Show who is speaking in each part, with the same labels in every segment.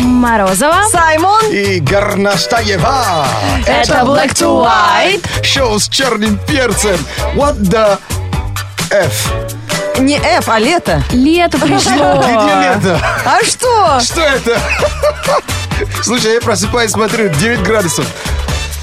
Speaker 1: Морозова.
Speaker 2: Саймон.
Speaker 3: И Горностаева.
Speaker 1: Это Black to White.
Speaker 3: Шоу с черным перцем. What the F?
Speaker 2: Не F, а лето.
Speaker 1: Лето пришло.
Speaker 3: Где лето?
Speaker 2: А что?
Speaker 3: Что это? Слушай, я просыпаюсь, смотрю, 9 градусов.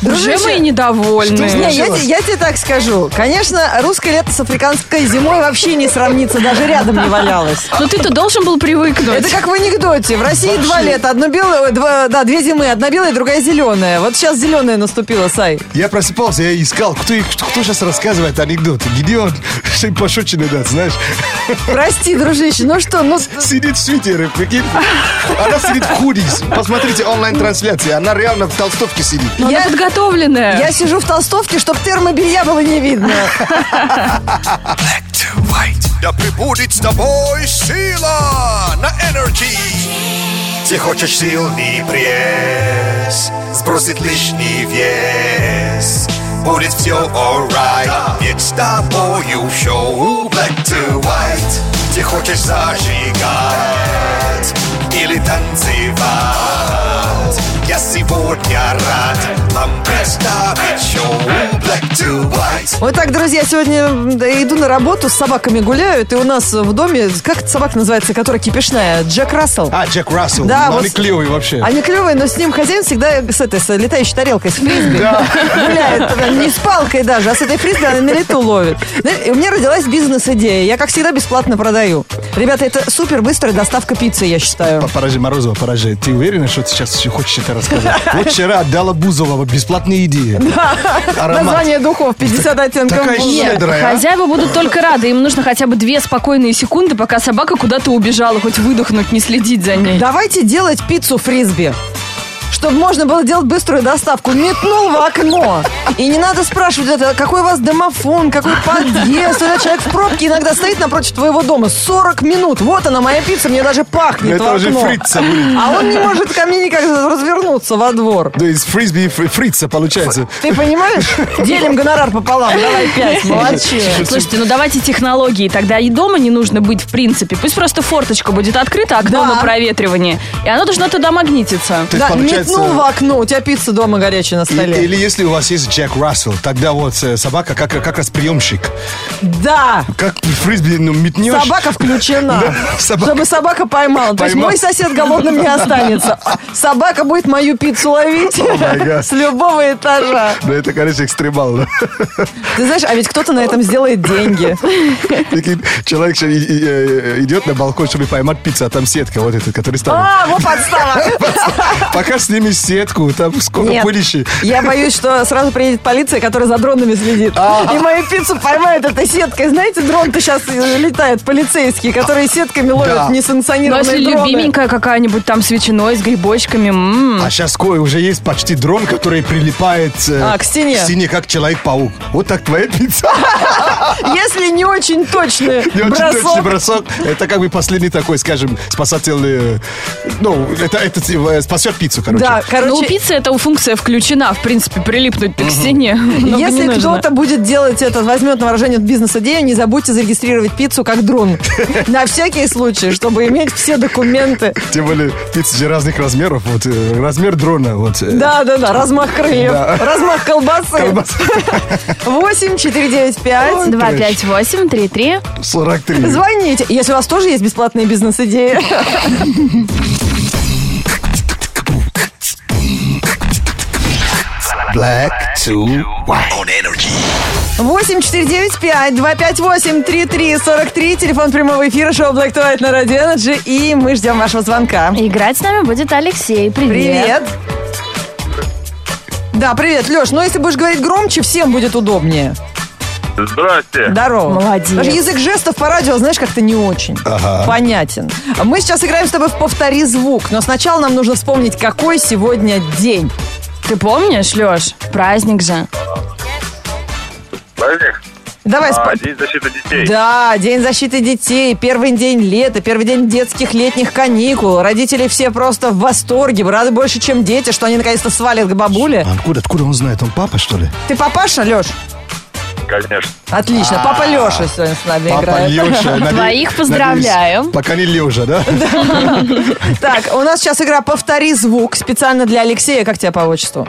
Speaker 1: Уже мы недовольны.
Speaker 3: Что
Speaker 2: Не, я,
Speaker 3: Началось.
Speaker 2: те- я тебе так скажу. Конечно, русское лето с африканской зимой вообще не сравнится, даже рядом не валялось.
Speaker 1: Но ты-то должен был привыкнуть.
Speaker 2: Это как в анекдоте. В России два лета. Одно белое, ой, два, да, две зимы. Одна белая, другая зеленая. Вот сейчас зеленая наступила, Сай.
Speaker 3: Я просыпался, я искал, кто, их- кто сейчас рассказывает анекдоты. Где он? Что им пошученный дать, знаешь?
Speaker 2: Прости, дружище, ну что, ну... с-
Speaker 3: Сидит в свитере, прикинь. Она сидит в худи. Посмотрите онлайн-трансляции. Она реально в толстовке сидит.
Speaker 1: Но она
Speaker 2: Я-
Speaker 1: подготовленная.
Speaker 2: Я сижу в толстовке, чтоб термобелья было не видно.
Speaker 4: Да прибудет с тобой сила на энергии. Ты хочешь сильный пресс, сбросит лишний вес. Будет все alright, ведь с тобою шоу black to white. Ты хочешь зажигать или танцевать. Я сегодня рад вам представить шоу black to white.
Speaker 2: Вот так, друзья, сегодня м, да, иду на работу, с собаками гуляют, и у нас в доме, как эта собака называется, которая кипишная, Джек Рассел.
Speaker 3: А, Джек Рассел.
Speaker 2: Да,
Speaker 3: Да,
Speaker 2: вот
Speaker 3: Они
Speaker 2: с-
Speaker 3: клевые вообще.
Speaker 2: Они клевые, но с ним хозяин всегда с этой с летающей тарелкой, с фрисби. Гуляет, прям не с палкой даже, а с этой фрисби она на лету ловит. Знаешь, и У меня родилась бизнес-идея. Я, как всегда, бесплатно продаю. Ребята, это супер быстрая доставка пиццы, я считаю.
Speaker 3: Поражи, Морозова, поражи. Ты уверена, что ты сейчас еще хочешь это рассказать? Вот вчера отдала Бузова бесплатные идеи. Аромат.
Speaker 2: Название духов 50 оттенков
Speaker 3: такая
Speaker 2: бургер.
Speaker 3: щедрая. щедрое, а?
Speaker 1: Хозяева будут только рады. Им нужно хотя бы две спокойные секунды, пока собака куда-то убежала, хоть выдохнуть, не следить за ней.
Speaker 2: Давайте делать пиццу фрисби. Чтобы можно было делать быструю доставку. Метнул в окно. И не надо спрашивать, это, какой у вас домофон, какой подъезд. Вот этот человек в пробке иногда стоит напротив твоего дома. 40 минут. Вот она, моя пицца, мне даже пахнет в
Speaker 3: Ну, Это уже
Speaker 2: окно.
Speaker 3: фрица будет.
Speaker 2: А он не может ко мне никак развернуться во двор.
Speaker 3: То есть фрисби и фри- фрица получается.
Speaker 2: Ты понимаешь? Делим гонорар пополам. Давай пять, молодчина.
Speaker 1: Слушайте, ну давайте технологии. Тогда и дома не нужно быть, в принципе. Пусть просто форточка будет открыта, окно
Speaker 2: Да.
Speaker 1: на проветривание. И оно должно туда магнититься.
Speaker 3: То есть
Speaker 2: Да,
Speaker 3: получается-
Speaker 2: метнул в окно, у тебя пицца дома горячая на
Speaker 3: И-
Speaker 2: столе.
Speaker 3: Или если у вас есть Джек Рассел, тогда вот э, собака как, как раз приемщик.
Speaker 2: Да!
Speaker 3: Как ты фрисби ну, метнешь.
Speaker 2: Собака включена.
Speaker 3: Да, собака.
Speaker 2: Чтобы собака поймала. То есть
Speaker 3: Поймал.
Speaker 2: мой сосед голодным не останется. Собака будет мою пиццу ловить
Speaker 3: my God.
Speaker 2: с любого этажа.
Speaker 3: Ну, это, конечно, экстремал. да.
Speaker 2: Ты знаешь, а ведь кто-то на этом сделает деньги.
Speaker 3: Прикинь, Человек щас и- и, э, идет на балкон, чтобы поймать пиццу, а там сетка вот эта, которая ставит.
Speaker 2: А, вот подстава.
Speaker 3: Пока сними сетку, там сколько
Speaker 2: Нет.
Speaker 3: пылищи.
Speaker 2: Я боюсь, что сразу приедет полиция, которая за дронами следит.
Speaker 3: А.
Speaker 2: И мою пиццу поймают этой сеткой. Знаете, дрон-то сейчас летают полицейские, которые сетками ловят
Speaker 3: Да.
Speaker 1: Ну, а
Speaker 2: несанкционированные
Speaker 1: если
Speaker 2: дроны.
Speaker 1: любименькая какая-нибудь там с ветчиной, с грибочками. м-м. м.
Speaker 3: А сейчас кое уже есть почти дрон, который прилипает э,
Speaker 2: А, к стене.
Speaker 3: как Человек-паук. Вот так твоя пицца.
Speaker 2: Если не очень точный
Speaker 3: Не очень точный
Speaker 2: бросок,
Speaker 3: бросок. Это как бы последний такой, скажем, спасательный... э, Ну, это, это э, спасет пиццу, короче.
Speaker 2: Да,
Speaker 1: Ну, у
Speaker 2: короче,
Speaker 1: пиццы эта функция включена, в принципе, прилипнуть к стене. много не
Speaker 2: Если
Speaker 1: нужно.
Speaker 2: кто-то будет делать этот, возьмет на выражение бизнес-идею, не забудьте зарегистрировать пиццу как дрон. На всякий случай, чтобы иметь все документы.
Speaker 3: Тем более, пиццы же разных размеров. Вот э, размер дрона. Вот, э,
Speaker 2: Да, да, да, размах крыльев, размах колбасы.
Speaker 3: колбаса
Speaker 2: 8 495
Speaker 1: Два, пять, восемь, три, три.
Speaker 3: 43.
Speaker 2: Звоните, если у вас тоже есть бесплатные бизнес-идеи.
Speaker 4: Black to white. On energy.
Speaker 2: 8-495-258-3343, телефон прямого эфира, шоу Black to White на Радио Energy, и мы ждем вашего звонка.
Speaker 5: Играть с нами будет Алексей. Привет.
Speaker 2: Привет. Да, привет, Леш. Но если будешь говорить громче, всем будет удобнее.
Speaker 6: Здрасте.
Speaker 2: Здорово.
Speaker 1: Молодец.
Speaker 2: Даже язык жестов по радио, знаешь, как-то не очень понятен. А Мы сейчас играем с тобой в «Повтори звук», но сначала нам нужно вспомнить, какой сегодня день.
Speaker 1: Ты помнишь, Леш? Праздник же.
Speaker 6: Праздник?
Speaker 2: Давай спо-
Speaker 6: А, День защиты детей.
Speaker 2: Да, День защиты детей, первый день лета, первый день детских летних каникул. Родители все просто в восторге, рады больше, чем дети, что они наконец-то свалят к бабуле.
Speaker 3: А Откуда, откуда он знает? Он папа, что ли?
Speaker 2: Ты папаша, Леш?
Speaker 6: конечно.
Speaker 2: Отлично. Папа Леша сегодня с нами
Speaker 3: А. Папа
Speaker 2: играет.
Speaker 3: Леша. Надеюсь-
Speaker 5: Двоих поздравляем.
Speaker 3: надеюсь, Пока не Лежа, да?
Speaker 2: Так, у нас сейчас игра «Повтори звук» специально для Алексея. Как тебя по отчеству?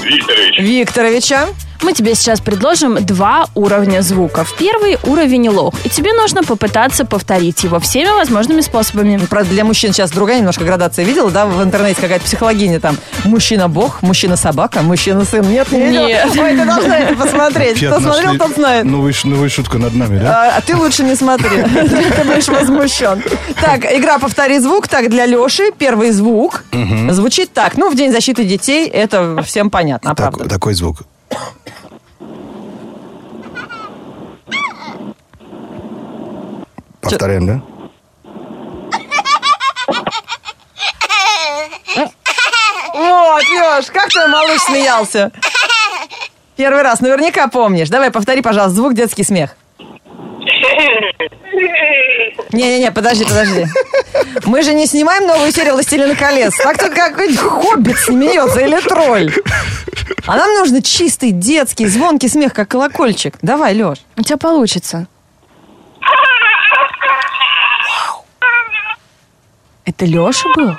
Speaker 6: Викторович.
Speaker 2: Викторовича.
Speaker 5: Мы тебе сейчас предложим два уровня звуков. Первый уровень лох, и тебе нужно попытаться повторить его всеми возможными способами.
Speaker 2: Правда, для мужчин сейчас другая немножко градация. Видела, да, в интернете какая-то психологиня там. Мужчина-бог, мужчина-собака, мужчина-сын. Нет, не видела?
Speaker 5: Нет.
Speaker 2: Ой, ты должна это посмотреть.
Speaker 3: Фиат
Speaker 2: Кто смотрел,
Speaker 3: нашли
Speaker 2: тот знает.
Speaker 3: Новую, ш- новую шутку над нами, да?
Speaker 2: А, а ты лучше не смотри, ты будешь возмущен. Так, игра «Повтори звук». Так, для Леши первый звук звучит так. Ну, в День защиты детей это всем понятно, а
Speaker 3: Так-
Speaker 2: правда.
Speaker 3: такой звук. Повторяем, да?
Speaker 2: Вот, Леш, как твой малыш смеялся? Первый раз, наверняка помнишь. Давай, повтори, пожалуйста, звук детский смех. Не-не-не, подожди, подожди. Мы же не снимаем новую серию «Властелина колец». Так тут какой-нибудь хоббит смеется или тролль. А нам нужно чистый, детский, звонкий смех, как колокольчик. Давай, Леш.
Speaker 5: У тебя получится. Это Леша был?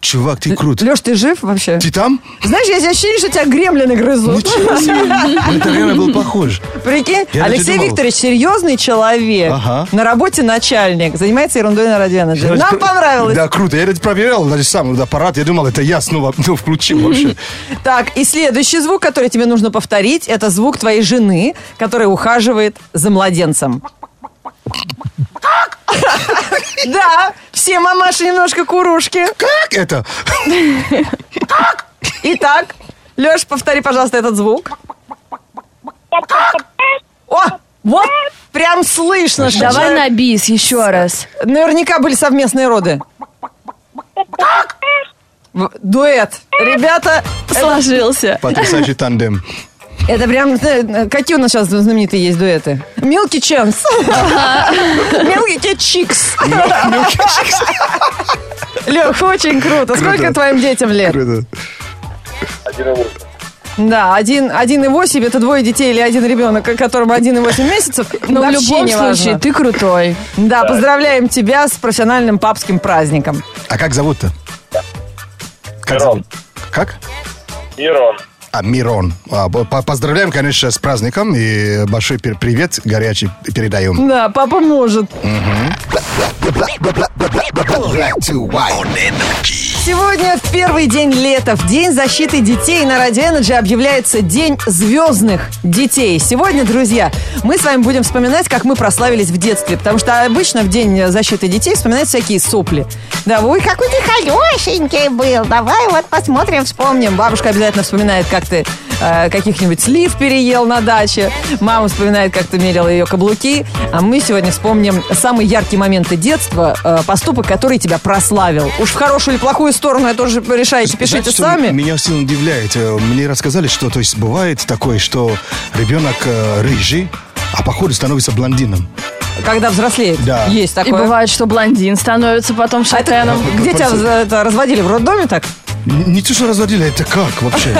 Speaker 3: Чувак, ты крут.
Speaker 2: Леш, ты жив вообще?
Speaker 3: Ты там?
Speaker 2: Знаешь, есть ощущение, что тебя гремлины грызут.
Speaker 3: Ничего себе. Это реально был похож.
Speaker 2: Прикинь,
Speaker 3: Я даже
Speaker 2: Алексей
Speaker 3: думал.
Speaker 2: Викторович серьезный человек,
Speaker 3: Ага.
Speaker 2: на работе начальник, занимается ерундой на радиоэнерджи.
Speaker 3: Я даже
Speaker 2: Нам
Speaker 3: про-
Speaker 2: понравилось.
Speaker 3: Да, круто. Я это проверял, даже сам аппарат. Я думал, это я снова ну, включил вообще.
Speaker 2: Так, и следующий звук, который тебе нужно повторить, это звук твоей жены, которая ухаживает за младенцем. Да, все мамаши немножко курушки.
Speaker 3: Как это?
Speaker 2: Итак, Леш, повтори, пожалуйста, этот звук. О, вот, прям слышно, что
Speaker 5: Давай
Speaker 2: человек-
Speaker 5: на бис еще раз.
Speaker 2: Наверняка были совместные роды. В- Дуэт. Ребята,
Speaker 5: Сложился.
Speaker 3: Потрясающий тандем.
Speaker 2: это прям... э, Какие у нас сейчас знаменитые есть дуэты? Милки Ченс. Милки Чикс. Лех, очень круто. Сколько твоим детям лет?
Speaker 3: Круто.
Speaker 2: Да, один, один и восемь, это двое детей или один ребенок, которому один и восемь месяцев.
Speaker 1: Но Ну, в
Speaker 5: Ну,
Speaker 2: Вообще
Speaker 1: любом
Speaker 2: не важно.
Speaker 1: случае, ты крутой.
Speaker 2: Да, поздравляем тебя с профессиональным папским праздником.
Speaker 3: А как зовут-то? Как
Speaker 6: Мирон.
Speaker 3: зовут? Как?
Speaker 6: Мирон.
Speaker 3: А, Мирон. А, б- по- Поздравляем, конечно, с праздником и большой пер- привет горячий передаем.
Speaker 2: Да, папа может. Сегодня в первый день лета, в День защиты детей на Радио Энерджи объявляется День звездных детей. Сегодня, друзья, мы с вами будем вспоминать, как мы прославились в детстве, потому что обычно в День защиты детей вспоминают всякие сопли. Да, ой, какой ты хорошенький был, давай вот посмотрим, вспомним. Бабушка обязательно вспоминает, как ты э, каких-нибудь слив переел на даче, мама вспоминает, как ты мерила ее каблуки, а мы сегодня вспомним самые яркие моменты детства, э, поступок, который тебя прославил. Уж в хорошую или плохую сторону это уже решаете, пишите
Speaker 3: Знаете, что
Speaker 2: сами.
Speaker 3: Меня сильно удивляет. Э, Мне рассказали, что то есть бывает такое, что ребенок э, рыжий, а походу становится блондином.
Speaker 2: Когда взрослеет,
Speaker 3: Да.
Speaker 2: есть
Speaker 1: И
Speaker 2: такое.
Speaker 1: бывает, что блондин становится потом
Speaker 2: А это
Speaker 1: шатеном.
Speaker 2: где тебя
Speaker 3: Просто-
Speaker 2: за это разводили? В роддоме так?
Speaker 3: Н- Не то, что разводили, это как вообще?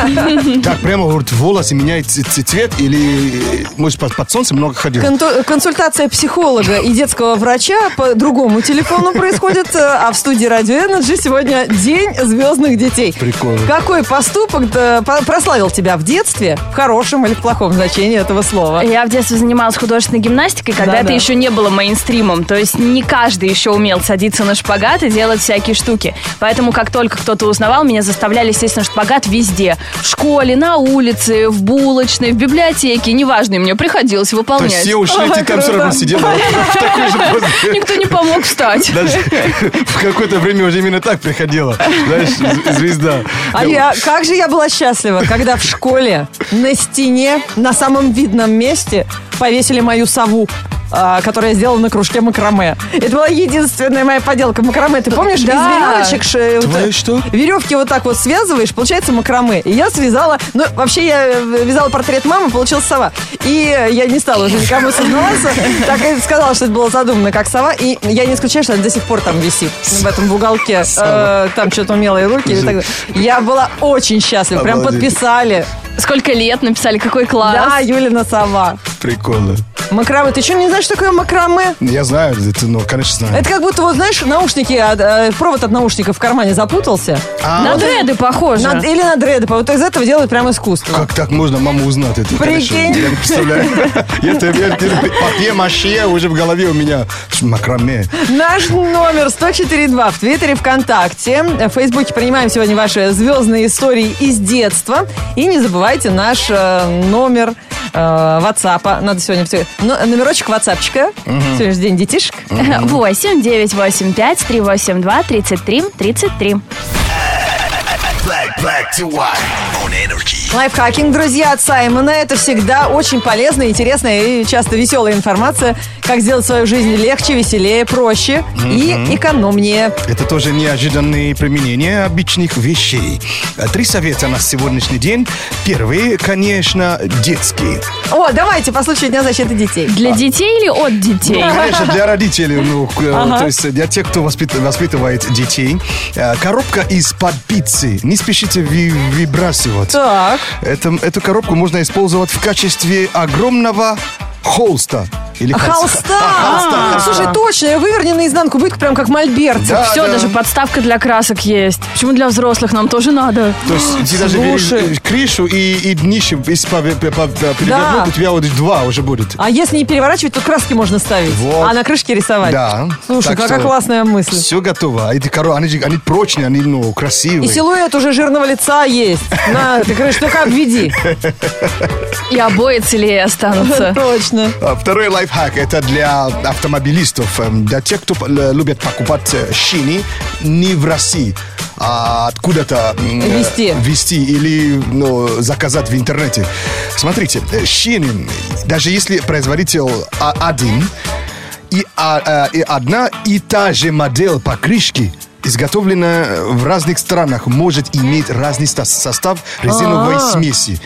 Speaker 3: Так прямо вот волосы меняет ц- ц- цвет или, э, может, под под солнцем много ходил?
Speaker 2: Конту- э, Консультация психолога и детского врача по другому телефону происходит, э, а в студии Радио Energy сегодня День звездных детей.
Speaker 3: Прикольно.
Speaker 2: Какой поступок да, по- прославил тебя в детстве, в хорошем или в плохом значении этого слова?
Speaker 5: Я в детстве занималась художественной гимнастикой, когда
Speaker 2: Да,
Speaker 5: это
Speaker 2: да.
Speaker 5: еще не было мейнстримом. То есть не каждый еще умел садиться на шпагат и делать всякие штуки. Поэтому как только кто-то узнавал, меня заставляли сесть на шпагат везде. В школе, на улице, в булочной, в библиотеке. Неважно, и мне приходилось
Speaker 3: То
Speaker 5: выполнять.
Speaker 3: есть все ушли, ты там все равно сидел да, в такой же позе.
Speaker 5: Никто не помог встать.
Speaker 3: Даже в какое-то время уже именно так приходила. Знаешь, з- звезда.
Speaker 2: А я, как же я была счастлива, когда в школе на стене, на самом видном месте повесили мою сову а, которую я сделала на кружке макраме. Это была единственная моя поделка макраме. Ты помнишь,
Speaker 1: Да.
Speaker 2: из веревочек... ш- э, вот
Speaker 3: Твое
Speaker 2: так-
Speaker 3: что?
Speaker 2: Веревки вот так вот связываешь, получается макраме. И я связала... Ну, вообще, я э, вязала портрет мамы, получилась сова. И э, я не стала уже никому сознаваться. Так и сказала, что это было задумано как сова. И я не исключаю, что она до сих пор там висит. В этом в уголке. Э, Там что-то умелые руки. и так далее. Я была очень счастлива. Прям
Speaker 3: Обалдеть.
Speaker 2: подписали.
Speaker 5: Сколько лет написали, какой класс.
Speaker 2: Да, Юлина сама.
Speaker 3: Прикольно.
Speaker 2: Макраме. Ты что, не знаешь, что такое макраме?
Speaker 3: Я знаю, это, ну, конечно, знаю.
Speaker 2: Это как будто, вот знаешь, наушники, а, э, провод от наушников в кармане запутался.
Speaker 3: А,
Speaker 5: На дреды похоже.
Speaker 2: На- или на дреды. Вот из этого делают прям искусство.
Speaker 3: Как так можно маму узнать? Это, конечно,
Speaker 2: Прикинь.
Speaker 3: я не представляю. Я тебе папье-маше уже в голове у меня. Макраме.
Speaker 2: Наш номер 104.2 в Твиттере, ВКонтакте. э, В Фейсбуке принимаем сегодня ваши звездные истории из детства. И не забывайте наш э, номер э, Ватсапа. Надо сегодня... в те- но- Номерочек Ватсапчика. Сегодня же день детишек.
Speaker 5: 8 9 8 5 3 8 2 33 33.
Speaker 4: Black, black to white on energy.
Speaker 2: Лайфхакинг, друзья, от Саймона. Это всегда очень полезная, интересная и часто веселая информация, как сделать свою жизнь легче, веселее, проще и экономнее.
Speaker 3: Это тоже неожиданные применения обычных вещей. Три совета на сегодняшний день. Первый, конечно, детский.
Speaker 2: О, давайте по случаю Дня защиты детей.
Speaker 5: Для детей или от детей?
Speaker 3: Конечно, для родителей, ну, к- э, то есть для тех, кто воспит- воспитывает детей. Э, Коробка из-под пиццы. Не спешите ви- выбрасывать.
Speaker 2: Так.
Speaker 3: Это- эту коробку можно использовать в качестве огромного холста. Или кольца.
Speaker 2: Холста!
Speaker 3: А, холста,
Speaker 2: А,
Speaker 3: холста.
Speaker 2: Слушай, точно, выверни наизнанку, будет прям как мольберт.
Speaker 3: Да,
Speaker 5: Все,
Speaker 3: да.
Speaker 5: даже подставка для красок есть. Почему для взрослых нам тоже надо?
Speaker 3: То есть ты даже
Speaker 2: Слушай.
Speaker 3: бери крышу и, и днище из- по- э, по- по- перевернуть,
Speaker 2: Да.
Speaker 3: у тебя вот два уже будет.
Speaker 2: А если не переворачивать, то краски можно ставить.
Speaker 3: Вот.
Speaker 2: А на крышке рисовать.
Speaker 3: Да.
Speaker 2: Слушай,
Speaker 3: Так
Speaker 2: какая
Speaker 3: что
Speaker 2: классная мысль.
Speaker 3: Все готово. А Эти коро... они, же- они прочные, они ну, красивые.
Speaker 2: И силуэт уже жирного лица есть. На, ты говоришь, «Ну ну-ка обведи.
Speaker 5: И обои целее останутся.
Speaker 2: Точно.
Speaker 3: А Второй лайфхак это для автомобилистов, эм, для тех, кто э, любит покупать э, шины не в России, а откуда-то м, э,
Speaker 2: Везти.
Speaker 3: везти или ну, заказать в интернете. Смотрите, э, шины, даже если производитель а- один и, а- э, и одна и та же модель покрышки изготовлена э, в разных странах, может иметь разный ста- состав резиновой смеси.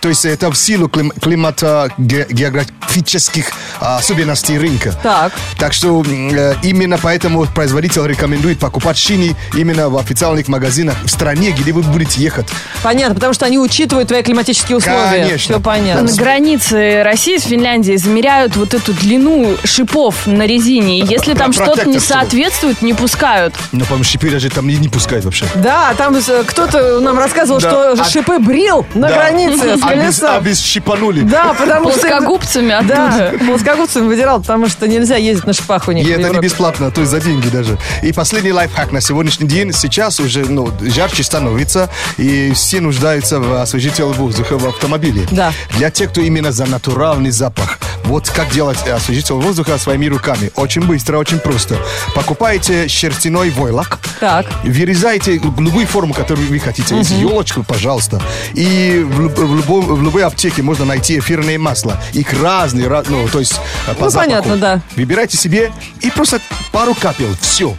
Speaker 3: То есть это в силу клим- климата ге- географических а, особенностей рынка.
Speaker 2: Так.
Speaker 3: Так что м, э, именно поэтому производитель рекомендует покупать шины именно в официальных магазинах в стране, где вы будете ехать.
Speaker 2: Понятно, потому что они учитывают твои климатические условия.
Speaker 3: Конечно.
Speaker 2: Все понятно.
Speaker 5: На границе России с Финляндией замеряют вот эту длину шипов на резине. И если там что-то не
Speaker 3: Протектор, чтобы.
Speaker 5: соответствует, не пускают.
Speaker 3: Но, по-моему, шипы даже там не, не пускают вообще.
Speaker 2: Да, там э, кто-то нам рассказывал,
Speaker 3: Да.
Speaker 2: что
Speaker 3: А-
Speaker 2: шипы брил на
Speaker 3: Да.
Speaker 2: границе с
Speaker 3: А без- а
Speaker 2: колеса.
Speaker 3: без щипанули.
Speaker 2: Да, потому что...
Speaker 5: Плоскогубцами
Speaker 2: Ну, Да,
Speaker 5: оттуда.
Speaker 2: плоскогубцами выдирал, потому что нельзя ездить на шипах у них. в
Speaker 3: И это не
Speaker 2: Европе.
Speaker 3: бесплатно, то есть за деньги даже. И последний лайфхак на сегодняшний день. Сейчас уже ну, жарче становится, и все нуждаются в освежителе воздуха в автомобиле.
Speaker 2: Да.
Speaker 3: Для тех, кто именно за натуральный запах. Вот как делать э, освежитель воздуха своими руками. Очень быстро, очень просто. Покупаете шерстяной войлок.
Speaker 2: Так.
Speaker 3: Вырезайте лю- любую форму, которую вы хотите. Если елочку, пожалуйста. И в, люб- в любом- в любой аптеке можно найти эфирное масло. Их разные, ра- ну, то есть э, по
Speaker 2: Ну,
Speaker 3: запаху.
Speaker 2: понятно, да.
Speaker 3: Выбирайте себе и просто пару капел. Все.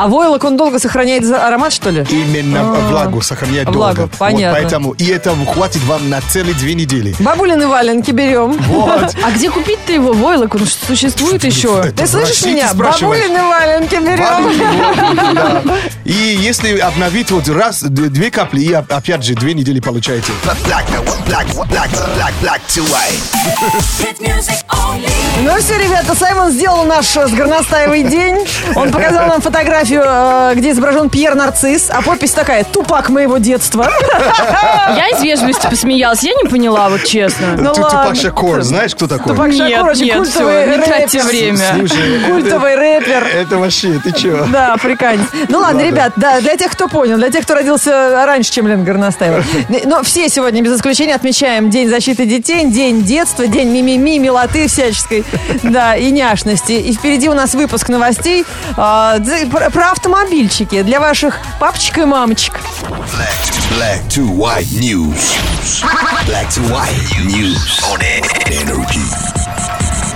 Speaker 2: А войлок, он долго сохраняет за- аромат, что ли?
Speaker 3: Именно в- влагу сохранять
Speaker 2: А. Влагу,
Speaker 3: долго. Вот
Speaker 2: понятно.
Speaker 3: поэтому и этого хватит вам на целые две недели.
Speaker 2: Бабулины валенки берем.
Speaker 3: Вот.
Speaker 5: А где купить-то его войлок? Он что, существует еще?
Speaker 3: Это
Speaker 2: Ты
Speaker 3: в
Speaker 2: слышишь
Speaker 3: России
Speaker 2: меня?
Speaker 3: ты спрашиваешь.
Speaker 2: Бабулины валенки берем.
Speaker 3: Бабушки, да. И если обновить вот раз, д- две капли, и оп- опять же две недели получаете.
Speaker 4: Black, black, black, black, black, black to white.
Speaker 7: Hit music only.
Speaker 2: Ну все, ребята, Саймон сделал наш э, с горностаевый день. Он показал нам фотографию, э, где изображен Пьер Нарцисс, а подпись такая «Тупак моего детства».
Speaker 5: Я из вежливости посмеялась. Я не поняла, вот честно.
Speaker 3: Ту-
Speaker 2: Ну ладно.
Speaker 3: Тупак Шакур, знаешь, кто такой?
Speaker 2: Тупак
Speaker 5: Нет,
Speaker 2: Шакур, очень
Speaker 5: нет,
Speaker 2: культовый
Speaker 5: всё, не тратьте
Speaker 2: рэпер.
Speaker 5: время.
Speaker 3: Слушай,
Speaker 2: Культовый рэпер.
Speaker 3: Это вообще, ты чего?
Speaker 2: Да, африканец. Ну ладно, ребят, да, для тех, кто понял, для тех, кто родился раньше, чем Лен Горностаева. Но все сегодня, без исключения, отмечаем День защиты детей, День детства, День мимими, милоты всяческой, да, и няшности. И впереди у нас выпуск новостей а, д- про про автомобильчики для ваших папочек и мамочек.
Speaker 4: Black to, black to white news. Black to white news on energy.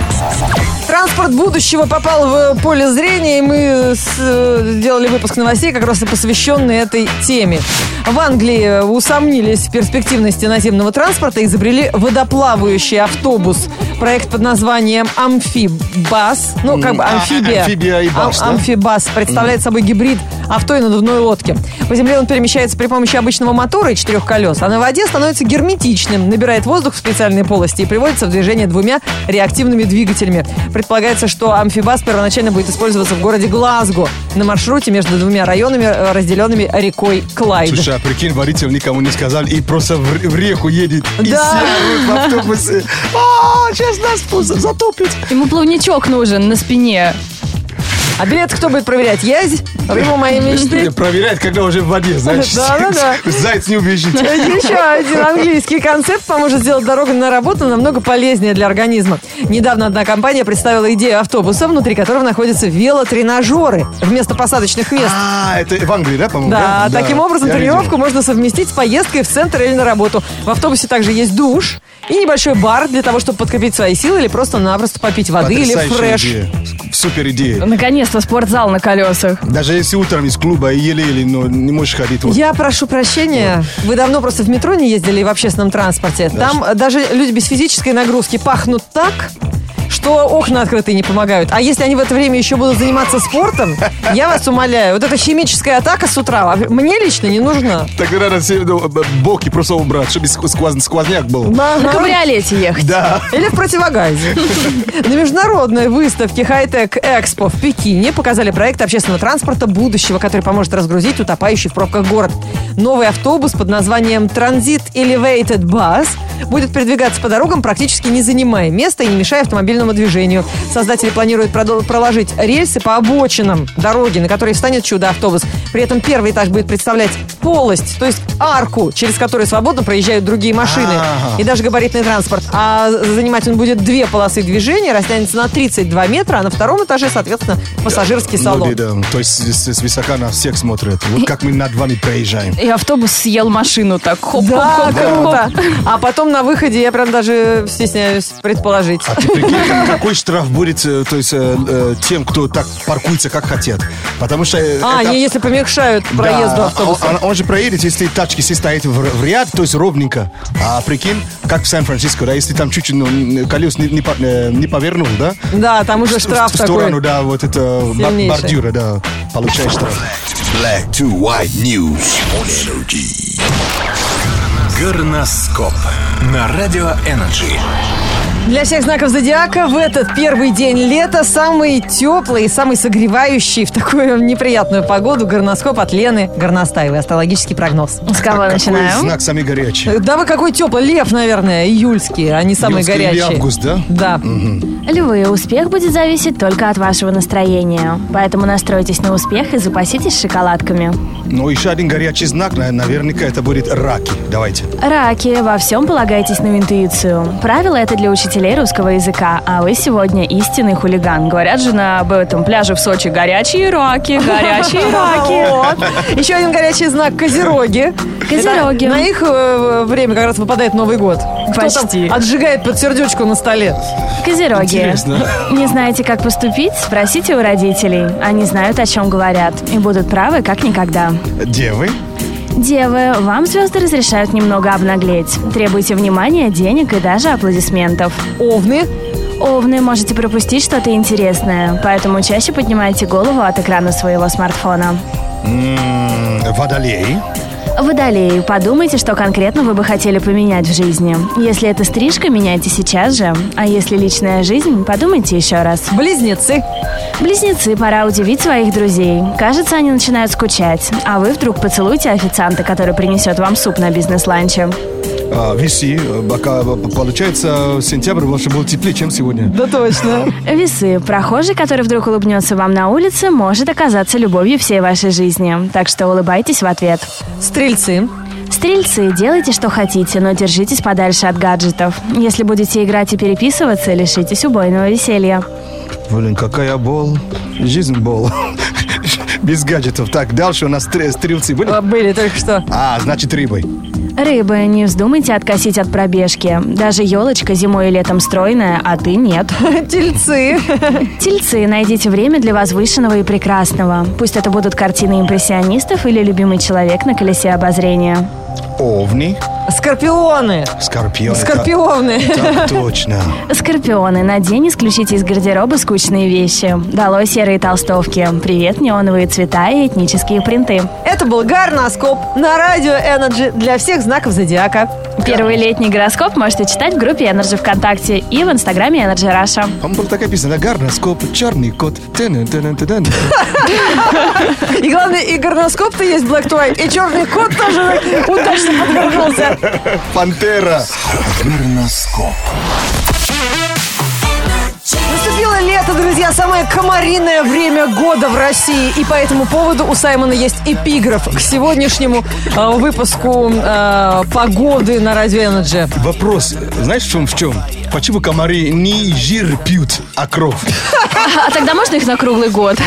Speaker 2: Транспорт будущего попал в э, поле зрения, и мы с- э, сделали выпуск новостей, как раз и посвященный этой теме. В Англии э, усомнились в перспективности наземного транспорта и изобрели водоплавающий автобус. Проект под названием «Амфибас». Ну, как бы
Speaker 3: А,
Speaker 2: амфибия.
Speaker 3: амфибия и бас, да?
Speaker 2: Амфибас представляет собой гибрид авто и надувной лодки. По земле он перемещается при помощи обычного мотора и четырех колес, а на воде становится герметичным, набирает воздух в специальной полости и приводится в движение двумя реактивными двигателями. Предполагается, что амфибаз первоначально будет использоваться в городе Глазго на маршруте между двумя районами, э, разделенными рекой Клайд.
Speaker 3: Слушай, а прикинь, водитель никому не сказал и просто в, р- в реку едет. И
Speaker 2: Да.
Speaker 3: сядут в автобусе. А, сейчас нас пу- затопит.
Speaker 5: Ему плавничок нужен на спине.
Speaker 2: А билет кто будет проверять? Я? Рыба моей мечты?
Speaker 3: Проверяет, когда уже в воде, знаешь.
Speaker 2: Да-да-да.
Speaker 3: Заяц не убежит.
Speaker 2: Еще один английский концепт поможет сделать дорогу на работу намного полезнее для организма. Недавно одна компания представила идею автобуса, внутри которого находятся велотренажеры вместо посадочных мест.
Speaker 3: А, это в Англии, да, по-моему?
Speaker 2: Да, таким образом
Speaker 3: я
Speaker 2: тренировку
Speaker 3: видел.
Speaker 2: можно совместить с поездкой в центр или на работу. В автобусе также есть душ и небольшой бар для того, чтобы подкрепить свои силы или просто-напросто попить воды или
Speaker 3: Потрясающая
Speaker 2: фреш.
Speaker 3: идея. Супер идея.
Speaker 5: Наконец-то спортзал на колесах.
Speaker 3: Даже если утром из клуба еле-еле, но не можешь ходить. вот.
Speaker 2: Я прошу прощения. Вы давно просто в метро не ездили и в общественном транспорте. Там э, даже люди без физической нагрузки пахнут так, что окна открытые не помогают. А если они в это время еще будут заниматься спортом, я вас умоляю, вот эта химическая атака с утра а мне лично не нужна.
Speaker 3: Тогда надо все ну, б- боки просто убрать, чтобы сквозн- сквозняк был.
Speaker 5: На кабриолете ехать.
Speaker 3: Да.
Speaker 2: Или в противогазе. На международной выставке Хай-Тек Экспо в Пекине показали проект общественного транспорта будущего, который поможет разгрузить утопающий в пробках город. Новый автобус под названием Transit Elevated Bus будет передвигаться по дорогам, практически не занимая места и не мешая автомобильному движению. Создатели планируют продол- проложить рельсы по обочинам дороги, на которые встанет чудо-автобус. При этом первый этаж будет представлять полость, то есть арку, через которую свободно проезжают другие машины
Speaker 3: Ага.
Speaker 2: и даже габаритный транспорт. А занимать он будет две полосы движения, растянется на 32 метра, а на втором этаже, соответственно, пассажирский салон.
Speaker 3: Ну, да, да. То есть с, с высока на всех смотрят. Вот как мы над вами проезжаем.
Speaker 5: И автобус съел машину так. Хоп,
Speaker 2: Да,
Speaker 5: хоп, хоп, хоп,
Speaker 2: круто.
Speaker 5: хоп.
Speaker 2: А потом на выходе я прям даже стесняюсь предположить.
Speaker 3: А ты прикинь, как- какой штраф будет э, то есть, э, э, тем, кто так паркуется, как хотят. Потому что... э,
Speaker 2: А,
Speaker 3: это-
Speaker 2: не, если помешают
Speaker 3: Да,
Speaker 2: проезду
Speaker 3: а-
Speaker 2: автобуса.
Speaker 3: а- а Он, же проедет, если тачки все стоят в, р- в ряд, то есть ровненько. А прикинь, как в Сан-Франциско, да, если там чуть-чуть ну, н- колес не, не по- э, не повернул, да?
Speaker 2: Да, там уже
Speaker 3: В-
Speaker 2: штраф
Speaker 3: в, в
Speaker 2: такой.
Speaker 3: сторону, да, вот это ба-
Speaker 2: Сильнейший.
Speaker 3: бордюра, да, получаешь штраф.
Speaker 4: Black to white news on energy.
Speaker 8: Горноскоп на Радио Энерджи.
Speaker 2: Для всех знаков зодиака в этот первый день лета самый теплый и самый согревающий в такую неприятную погоду горноскоп от Лены Горностаевой. Астрологический прогноз.
Speaker 5: С кого
Speaker 3: Какой
Speaker 5: начинаем?
Speaker 3: знак самый горячий?
Speaker 2: Да вы какой теплый, лев, наверное, июльский, а они самые
Speaker 3: Июльский или
Speaker 2: горячие.
Speaker 3: август, да?
Speaker 2: Да.
Speaker 5: Львы, успех будет зависеть только от вашего настроения. Поэтому настройтесь на успех и запаситесь шоколадками.
Speaker 3: Но еще Ну, один горячий знак, на- наверняка это будет раки. Давайте.
Speaker 5: Раки, во всем полагайтесь на интуицию. Правило это для учителей русского языка, а вы сегодня истинный хулиган. Говорят же на об этом пляже в Сочи горячие раки, горячие раки.
Speaker 2: Вот. Еще один горячий знак – козероги.
Speaker 5: Козероги.
Speaker 2: Это На их э, время как раз выпадает Новый год. Кто там
Speaker 5: Почти.
Speaker 2: отжигает под сердючку на столе.
Speaker 5: Козероги.
Speaker 3: Интересно.
Speaker 5: Не знаете, как поступить? Спросите у родителей. Они знают, о чем говорят, и будут правы, как никогда.
Speaker 3: Девы.
Speaker 5: Девы, вам звезды разрешают немного обнаглеть. Требуйте внимания, денег и даже аплодисментов.
Speaker 2: Овны.
Speaker 5: Овны, можете пропустить что-то интересное, поэтому чаще поднимайте голову от экрана своего смартфона.
Speaker 3: М, Водолеи.
Speaker 5: Водолеи, подумайте, что конкретно вы бы хотели поменять в жизни. Если это стрижка, меняйте сейчас же. А если личная жизнь, подумайте еще раз.
Speaker 2: Близнецы.
Speaker 5: Близнецы, пора удивить своих друзей. Кажется, они начинают скучать. А вы вдруг поцелуйте официанта, который принесет вам суп на бизнес-ланче.
Speaker 3: А, Весы. Э, пока, э, Получается, сентябрь больше был теплее, чем сегодня.
Speaker 2: Да точно.
Speaker 5: Весы. Прохожий, который вдруг улыбнется вам на улице, может оказаться любовью всей вашей жизни. Так что улыбайтесь в ответ.
Speaker 2: Стрельцы.
Speaker 5: Стрельцы, делайте, что хотите, но держитесь подальше от гаджетов. Если будете играть и переписываться, лишитесь убойного веселья.
Speaker 3: Блин, какая бол. Жизнь бол. Без гаджетов. Так, дальше у нас стр- стрелцы. Блин.
Speaker 2: А, Были только что.
Speaker 3: А, значит, рыбой.
Speaker 5: Рыбы, не вздумайте откосить от пробежки. Даже елочка зимой и летом стройная, а ты нет.
Speaker 2: Тельцы.
Speaker 5: Тельцы, найдите время для возвышенного и прекрасного. Пусть это будут картины импрессионистов или любимый человек на колесе обозрения.
Speaker 3: Овни,
Speaker 2: Скорпионы.
Speaker 3: скорпион.
Speaker 2: Скорпионы.
Speaker 3: Так точно.
Speaker 5: Скорпионы, на день исключите из гардероба скучные вещи. Дало серые толстовки. Привет, неоновые цвета и этнические принты.
Speaker 2: Это был Гарноскоп на радио Energy для всех знаков зодиака.
Speaker 5: Первый летний гороскоп можете читать в группе Energy ВКонтакте и в инстаграме Energy Раша.
Speaker 3: Там было так описано. Гарноскоп, черный кот. Тэн-тэн-тэн-тэн.
Speaker 2: И главное, и горноскоп-то есть Black to White, и черный кот тоже удачно подгоржился.
Speaker 3: Пантера.
Speaker 8: Горноскоп.
Speaker 2: Наступило лето, друзья, самое комариное время года в России. И по этому поводу у Саймона есть эпиграф к сегодняшнему э, выпуску э, погоды на радио Energy.
Speaker 3: Вопрос, знаешь, в чем, в чем? Почему комары не жир пьют, а кровь?
Speaker 5: А тогда можно их на круглый год?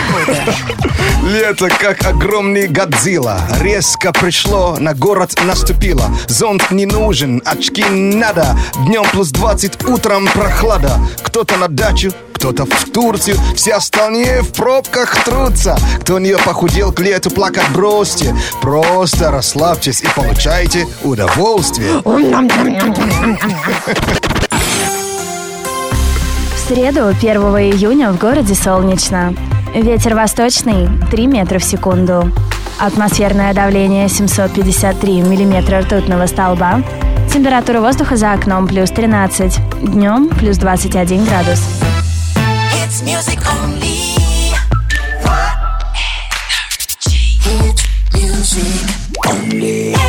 Speaker 3: Лето, как огромный Годзилла Резко пришло, на город наступило Зонт не нужен, очки надо Днем плюс 20, утром прохлада Кто-то на дачу, кто-то в Турцию Все остальные в пробках трутся Кто не похудел к лету, плакать бросьте Просто расслабьтесь и получайте удовольствие
Speaker 5: В среду, 1 июня, в городе солнечно. Ветер восточный 3 метра в секунду. Атмосферное давление 753 миллиметра ртутного столба. Температура воздуха за окном плюс 13. Днем плюс 21 градус.
Speaker 7: It's music only. Energy. Hit music only.